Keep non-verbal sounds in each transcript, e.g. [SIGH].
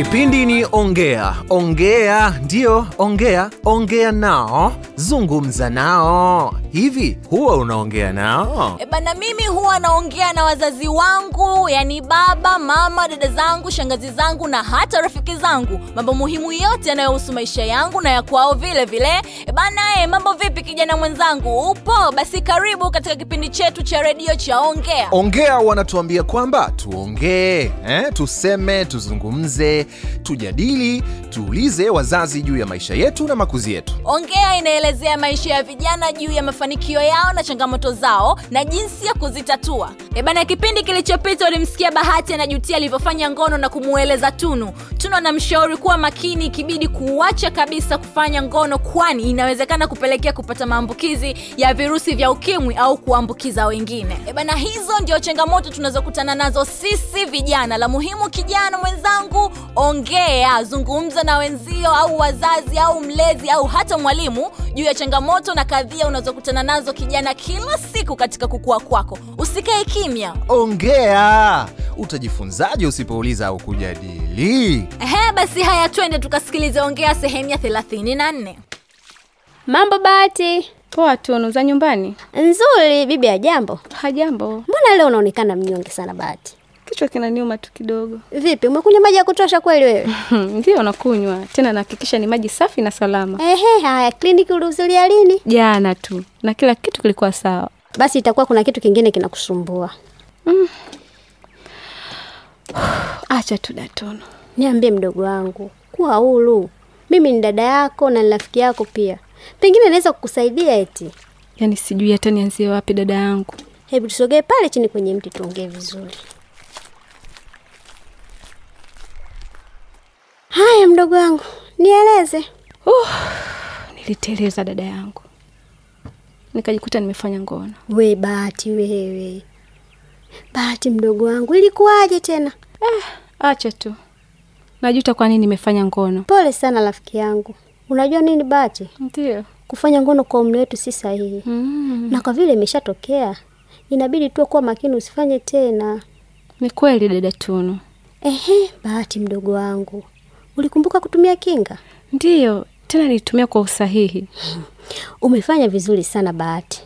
kipindi ni ongea ongea ndiyo ongea ongea nao zungumza nao hivi huwa unaongea nao E bana, mimi huwa naongea na wazazi wangu, yani baba, mama, dada zangu, shangazi zangu na hata rafiki zangu, mambo muhimu yote yanayohusu maisha yangu na ya kwao vile vile. E bana, e, mambo vipi kijana mwenzangu, upo? Basi karibu katika kipindi chetu cha redio cha Ongea. ongea wanatuambia kwamba tuongee eh? tuseme tuzungumze tujadili tuulize wazazi juu ya maisha yetu na makuzi yetu Ongea inaelezea maisha ya vijana juu ya mafanikio yao na changamoto zao na jinsi ya kuzitatua. E bana, kipindi kilichopita ulimsikia Bahati anajutia alivyofanya ngono na kumueleza Tunu. Tunu anamshauri kuwa makini, ikibidi kuuacha kabisa kufanya ngono, kwani inawezekana kupelekea kupata maambukizi ya virusi vya ukimwi au kuambukiza wengine. E bana, hizo ndio changamoto tunazokutana nazo sisi vijana. La muhimu kijana mwenzangu, ongea, zungumza na wenzio au wazazi au mlezi au hata mwalimu juu ya changamoto na kadhia unazokutana nazo kijana kila siku katika kukua kwako. Usikae kimya. ongea utajifunzaje usipouliza au kujadili Ehe, basi haya, twende tukasikilize Ongea sehemu ya 34. Mambo Bahati, Poa Tunu, za nyumbani? nzuri bibi ya jambo. Hajambo, Mbona leo unaonekana mnyonge sana Bahati? kichwa kinaniuma tu kidogo. Vipi, umekunywa maji ya kutosha [LAUGHS] kweli wewe? Ndiyo nakunywa tena, nahakikisha ni maji safi na salama. Ehe, haya, kliniki ulihudhuria lini? Jana tu na kila kitu kilikuwa sawa. Mm. Basi itakuwa kuna kitu kingine kinakusumbua. [SIGHS] Acha tu Datono. Niambie mdogo wangu, kuwa huru. Mimi ni dada yako na ni rafiki yako pia, pengine naweza kukusaidia eti. Yaani sijui hata nianzie wapi dada yangu. Hebu tusogee pale chini kwenye mti tuongee vizuri. Haya mdogo wangu, nieleze. Niliteleza dada yangu, nikajikuta nimefanya ngono. We Bahati wewe, Bahati mdogo wangu, ilikuwaje tena? Eh, Acha tu, najuta kwa nini nimefanya ngono. Pole sana rafiki yangu. Unajua nini Bahati, Ndiyo. kufanya ngono kwa umri wetu si sahihi Mm, na kwa vile imeshatokea inabidi tu kuwa makini, usifanye tena. ni kweli dada Tunu. Ehe, Bahati mdogo wangu, ulikumbuka kutumia kinga? Ndiyo, tena nilitumia kwa usahihi. Umefanya vizuri sana Bahati,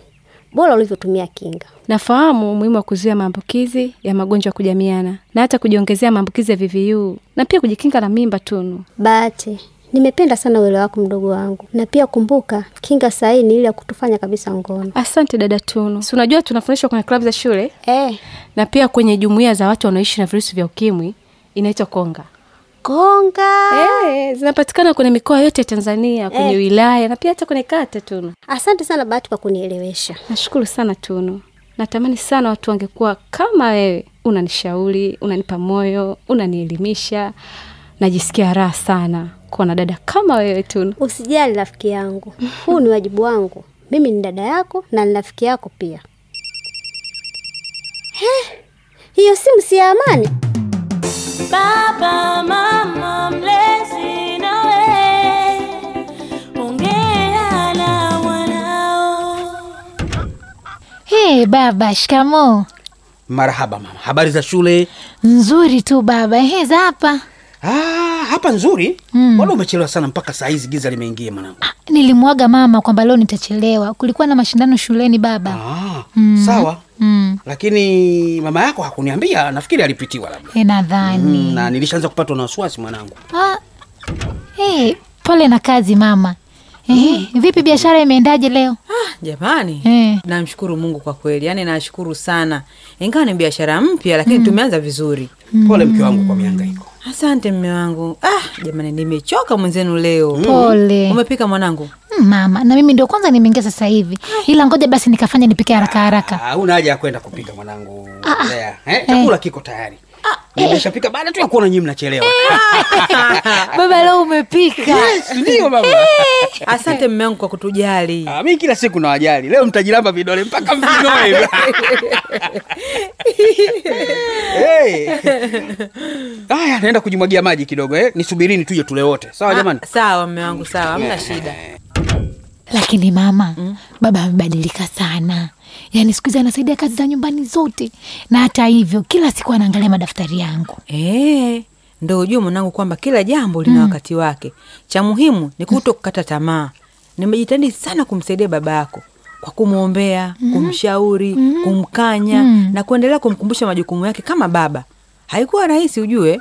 bora ulivyotumia kinga. Nafahamu umuhimu wa kuzuia maambukizi ya magonjwa ya kujamiana na hata kujiongezea maambukizi ya VVU na pia kujikinga na mimba Tunu. Bahati, nimependa sana uelewa wako mdogo wangu, na pia kumbuka kinga sahihi ni ile ya kutofanya kabisa ngono. Asante dada Tunu. Si unajua tunafundishwa kwenye klabu za shule Eh, na pia kwenye jumuiya za watu wanaoishi na virusi vya ukimwi inaitwa Konga. konga Eh, zinapatikana kwenye mikoa yote ya Tanzania, kwenye Eh. wilaya na pia hata kwenye kata Tunu. Asante sana Bahati kwa kunielewesha. Nashukuru sana Tunu. Natamani sana watu wangekuwa kama wewe, unanishauri, unanipa moyo, unanielimisha. Najisikia raha sana kuwa na dada kama wewe Tunu. Usijali rafiki yangu, huu ni wajibu wangu. Mimi ni dada yako na ni rafiki yako pia. He, hiyo simu si ya Amani? Baba, mama, mlezi nawe, ongea na wanao. Hey, baba, shikamoo. Marhaba mama, habari za shule? Nzuri tu baba. He, za hapa. Ah, hapa nzuri. Mm. Wala umechelewa sana mpaka saa hizi giza limeingia mwanangu. Ah, Nilimwaga mama kwamba leo nitachelewa. Kulikuwa na mashindano shuleni baba. Ah, sawa. Mm, Lakini mama yako hakuniambia, nafikiri alipitiwa labda. eh, nadhani. Mm, na nilishaanza kupatwa na wasiwasi mwanangu. Ah, hey, pole na kazi mama. Eh, Mm. vipi biashara imeendaje leo? Jamani, Eh. namshukuru Mungu kwa kweli, yaani nashukuru sana, ingawa ni biashara Mm. mpya lakini tumeanza vizuri. Pole mke wangu kwa mihangaiko. Asante mme wangu. Ah, jamani, nimechoka mwenzenu leo. Pole. Umepika mwanangu? Mm, mama, na mimi ndio kwanza nimeingia sasa hivi. Ila ngoja basi nikafanya nipike haraka haraka. Ah, una haja ya kwenda kupika mwanangu. Yeah. Eh, chakula kiko tayari. Nimeshapika baada tu ya kuona nyinyi mnachelewa. [LAUGHS] Baba leo umepika. Yes, [LAUGHS] ndio mama. Asante mme wangu kwa kutujali. Ah, mimi kila siku nawajali. Leo mtajilamba vidole [LAUGHS] mpaka mvinoe. hey. Aya, naenda kujimwagia maji kidogo eh. Nisubirini tuje tule wote. Sawa jamani? Ah, sawa mme wangu, sawa, hamna shida. Eh. lakini mama baba amebadilika sana yaani siku hizi anasaidia kazi za nyumbani zote na hata hivyo kila siku anaangalia madaftari yangu Eh, ndo ujue mwanangu kwamba kila jambo lina wakati wake cha muhimu ni kuto kukata tamaa nimejitahidi sana kumsaidia baba yako kwa kumwombea kumshauri kumkanya na kuendelea kumkumbusha majukumu yake kama baba haikuwa rahisi ujue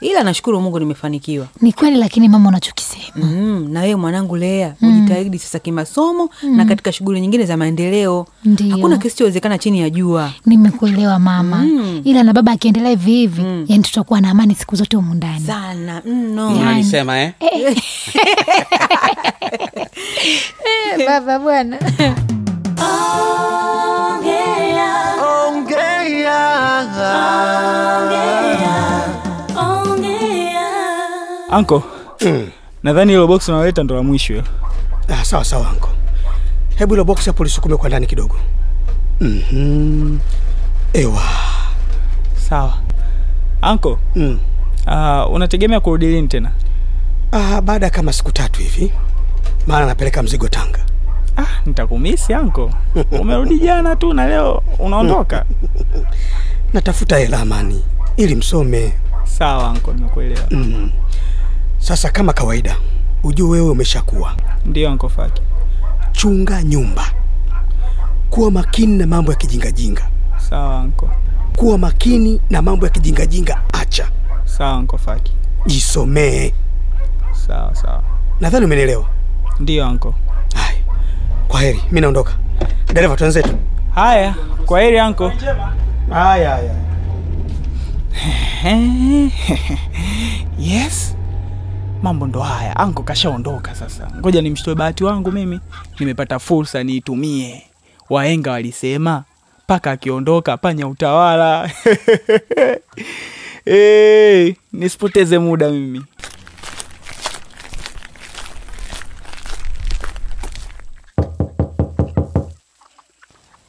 ila nashukuru mungu nimefanikiwa Ni kweli, lakini mama, unachokisema mm, na wewe mwanangu Lea ujitahidi sasa kimasomo na katika shughuli nyingine za maendeleo. Ndiyo. Hakuna kisichowezekana chini ya jua. nimekuelewa mama, ila na baba akiendelea hivi hivi, yani tutakuwa na amani siku zote humu ndani. Sana mno. Unalisema eh? Eh, baba bwana anko nadhani hilo boksi unaleta ndo la mwisho hilo. Hmm. Ah, sawa sawa anko, hebu hilo boksi hapo lisukume kwa ndani kidogo. Mhm. Ewa. sawa anko Mm. uh, unategemea kurudi lini tena Ah, baada ya kama siku tatu hivi, maana napeleka mzigo Tanga. ah, nitakumisi anko umerudi jana tu na leo unaondoka [LAUGHS] Natafuta hela amani ili msome. sawa anko nimekuelewa Hmm. Mhm. Sasa kama kawaida, ujue wewe umeshakuwa, ndio anko faki chunga nyumba, kuwa makini na mambo ya kijingajinga, sawa anko kuwa makini na mambo ya kijingajinga, acha sawa anko faki jisomee. sawa sawa Nadhani umenielewa. ndio anko Hai, kwa heri, mi naondoka. Dereva, twenzetu. haya kwa heri anko Haya, haya. [LAUGHS] yes mambo ndo haya anko kashaondoka sasa ngoja nimshtue bahati wangu mimi nimepata fursa niitumie waenga walisema paka akiondoka panya utawala [LAUGHS] hey, nisipoteze muda mimi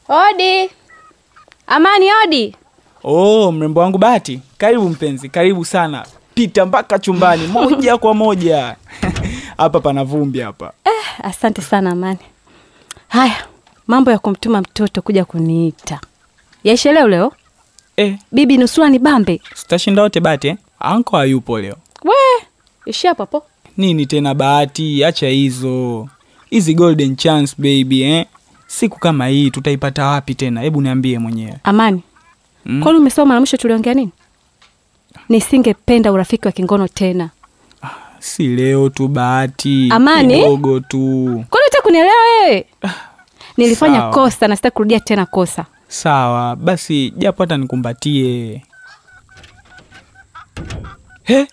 Odi Amani, odi. oh mrembo wangu bahati karibu mpenzi karibu sana pita mpaka chumbani moja kwa moja [LAUGHS] hapa pana vumbi hapa Eh, asante sana Amani. Haya, mambo ya kumtuma mtoto kuja kuniita yaisheleo leo. eh, Bibi nusura ni bambe tutashinda wote bahati eh? anko hayupo leo we ishia papo. nini tena bahati acha hizo hizi golden chance baby eh? siku kama hii tutaipata wapi tena hebu niambie mwenyewe Hmm? Amani, mm. kwani umesoma na mwisho tuliongea nini? Nisingependa urafiki wa kingono tena. si leo tu bahati Amani? kidogo tu Kwani unataka kunielewa wewe? Nilifanya Sawa. kosa na sitaki kurudia tena kosa. sawa basi japo hata nikumbatie he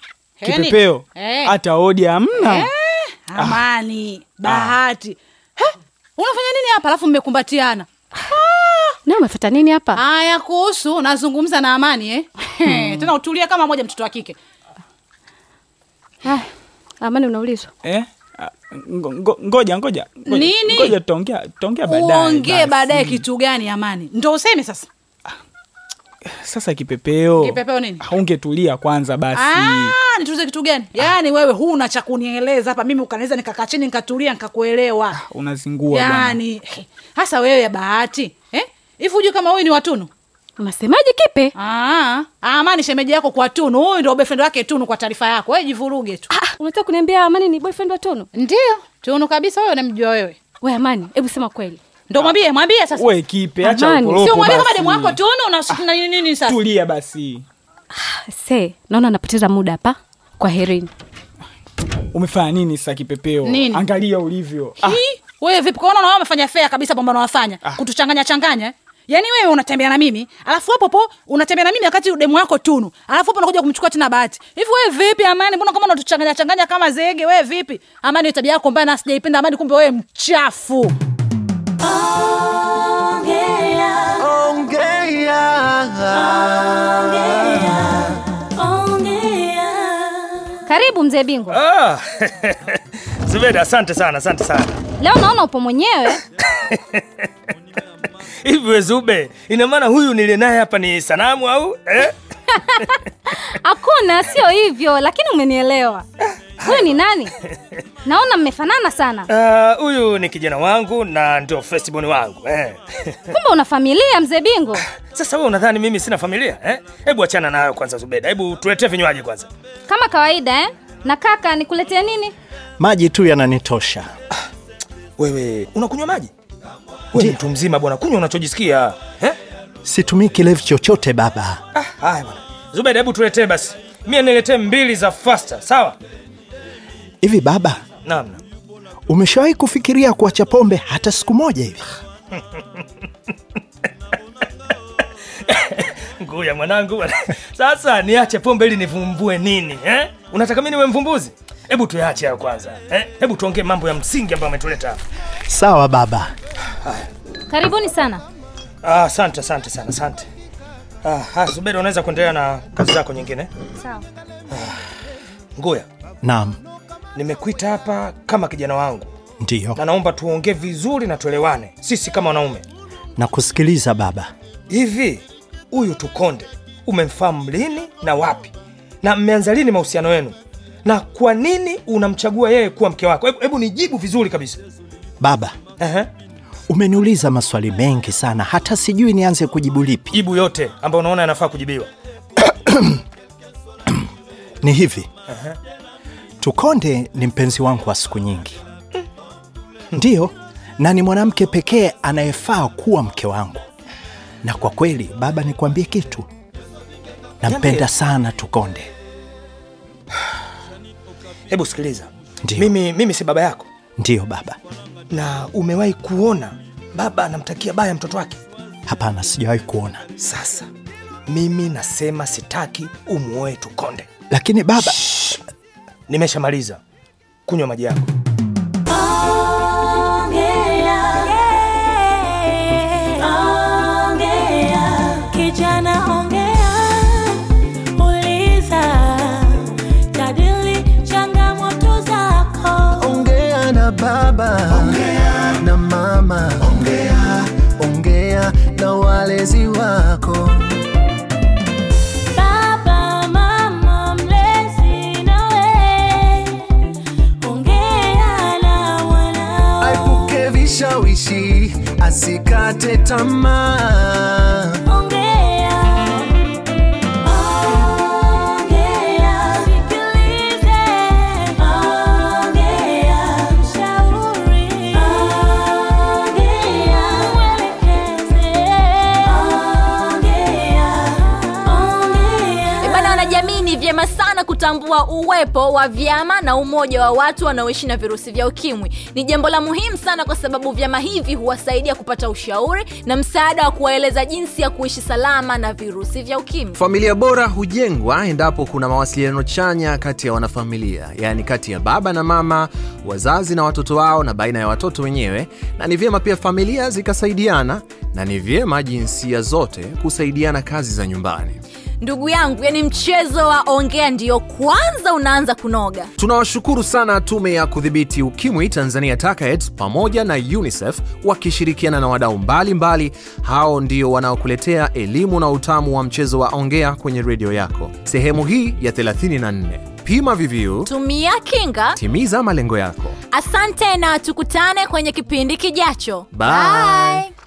kipepeo hata odi hamna Eh, Amani, Ah. Bahati. He, unafanya nini hapa alafu mmekumbatiana? Ah. Na umefuata nini hapa? Haya, kuhusu nazungumza na Amani eh? He, Hmm. Tena utulia kama moja mtoto wa kike. Ah, Amani unaulizwa. eh? Ah, ngo- ngo- ngoja ngoja ngoja. Nini? ngoja tutaongea tutaongea Ah, baadaye Uongee basi. baadaye kitu gani Amani? Ndio useme sasa. sasa kipepeo Kipepeo nini? Ah, ungetulia kwanza basi Ah, nitulize kitu gani? Yaani wewe huna cha kunieleza hapa mimi ukanaweza nikakaa chini nikatulia Ah, nikakuelewa. unazingua bwana. Yaani he, hasa wewe ya Bahati, eh? Hivi hujui kama huyu ni watunu? Unasemaje kipe? Ah, Amani shemeji yako kwa Tunu. Huyu ndio boyfriend wake Tunu kwa taarifa yako. Wewe jivuruge tu. Ah, unataka kuniambia Amani ni boyfriend wa Tono? Ndio, Tunu kabisa wewe unamjua wewe. We Amani, hebu sema kweli. Ndio mwambie, mwambie sasa. we kipe acha Amani, Sio ukoropo mwambie kama basi. demu wako Tunu na na nini nini sasa. tulia basi Se, naona napoteza muda hapa. Kwa herini. umefanya nini sasa kipepeo Nini? Ah, angalia ulivyo ah, Hii, wewe vipi kwaona na wao wamefanya fair kabisa kwamba wanawafanya kutuchanganya changanya. eh? Yaani wewe unatembea na mimi, alafu hapo hapo unatembea na mimi wakati demu wako Tunu. Alafu hapo unakuja kumchukua tena Bahati. Hivi wewe vipi Amani? Mbona kama unatuchanganya changanya kama zege wewe vipi? Amani hiyo tabia yako mbaya na sijaipenda Amani kumbe wewe mchafu. Karibu mzee bingwa. Ah, [LAUGHS] Zubeda, asante sana, asante sana. Leo naona upo mwenyewe. Hivi we Zube, ina maana huyu niliye naye hapa ni sanamu au eh? Hakuna, sio hivyo, lakini umenielewa. Huyu ni nani? Naona mmefanana sana. Ah, Huyu ni kijana wangu na ndio firstborn wangu eh. Kumbe una familia mzee Bingo. Sasa wewe unadhani mimi sina familia eh? Hebu achana nayo kwanza, Zubeda. Hebu tuletee vinywaji kwanza. Kama kawaida eh? Na kaka nikuletee nini? maji tu yananitosha. Wewe unakunywa maji? Wewe ni mtu mzima bwana, kunywa unachojisikia eh? Situmii kilevi chochote baba. Ah, haya bwana. Zubeda, hebu tuletee basi. Mimi niletee mbili za faster, sawa? Hivi baba, Naam. umeshawahi kufikiria kuacha pombe hata siku moja hivi? Nguya mwanangu bwana. Sasa niache pombe ili nivumbue nini eh? Unataka mimi niwe mvumbuzi? Hebu tuyaache hayo kwanza eh? Hebu tuongee mambo ya msingi ambayo ametuleta hapa. Sawa baba. Karibuni sana. Ah, Asante, asante sana, asante. Ah, ah, Zubeda, unaweza kuendelea na kazi zako nyingine. Ah, Sawa. Nguya, Naam, nimekuita hapa kama kijana wangu ndiyo. na naomba tuongee vizuri na tuelewane sisi kama wanaume. Nakusikiliza baba. Hivi huyu Tukonde umemfahamu lini na wapi, na mmeanza lini mahusiano yenu, na kwa nini unamchagua yeye kuwa mke wako? Hebu- Hebu nijibu vizuri kabisa. Baba, umeniuliza maswali mengi sana, hata sijui nianze kujibu lipi. Jibu yote ambayo unaona yanafaa kujibiwa. Ni hivi, Ehe. Tukonde ni mpenzi wangu wa siku nyingi, ndiyo, na ni mwanamke pekee anayefaa kuwa mke wangu. Na kwa kweli baba, nikwambie kitu, nampenda Niambie. sana Tukonde. [SIGHS] Hebu sikiliza, mimi, mimi si baba yako, Ndiyo baba. na umewahi kuona baba anamtakia baya mtoto wake? Hapana, sijawahi kuona. Sasa mimi nasema sitaki umuoe Tukonde. Lakini baba, nimeshamaliza kunywa maji yako. Ongea, kijana ongea, uliza, jadili changamoto zako. Ongea na baba, ongea na mama, ongea, ongea na walezi wako. Baba, mama, mlezi nawe, ongea na wanao. Aepuke vishawishi, asikate tamaa. Ongea, ongea, sikilize, ongea, mshauri, ongea, mwelekeze, ongea. Ebana, wanajamii, ni Eh, vyema sana kutambua uwepo wa vyama na umoja wa watu wanaoishi na virusi vya ukimwi. Ni jambo la muhimu sana, kwa sababu vyama hivi huwasaidia kupata ushauri na msaada wa kuwaeleza jinsi ya kuishi salama na virusi vya ukimwi. Familia bora hujengwa endapo kuna mawasiliano chanya kati ya wanafamilia, yaani kati ya baba na mama, wazazi na watoto wao, na baina ya watoto wenyewe. Na ni vyema pia familia zikasaidiana, na ni vyema jinsia zote kusaidiana kazi za nyumbani. Ndugu yangu, yani mchezo wa ongea ndiyo kwanza unaanza kunoga. Tunawashukuru sana Tume ya Kudhibiti Ukimwi Tanzania TACAIDS pamoja na UNICEF wakishirikiana na wadau mbalimbali. Hao ndio wanaokuletea elimu na utamu wa mchezo wa ongea kwenye redio yako. Sehemu hii ya 34, pima VVU, Tumia kinga. timiza malengo yako. Asante na tukutane kwenye kipindi kijacho. Bye.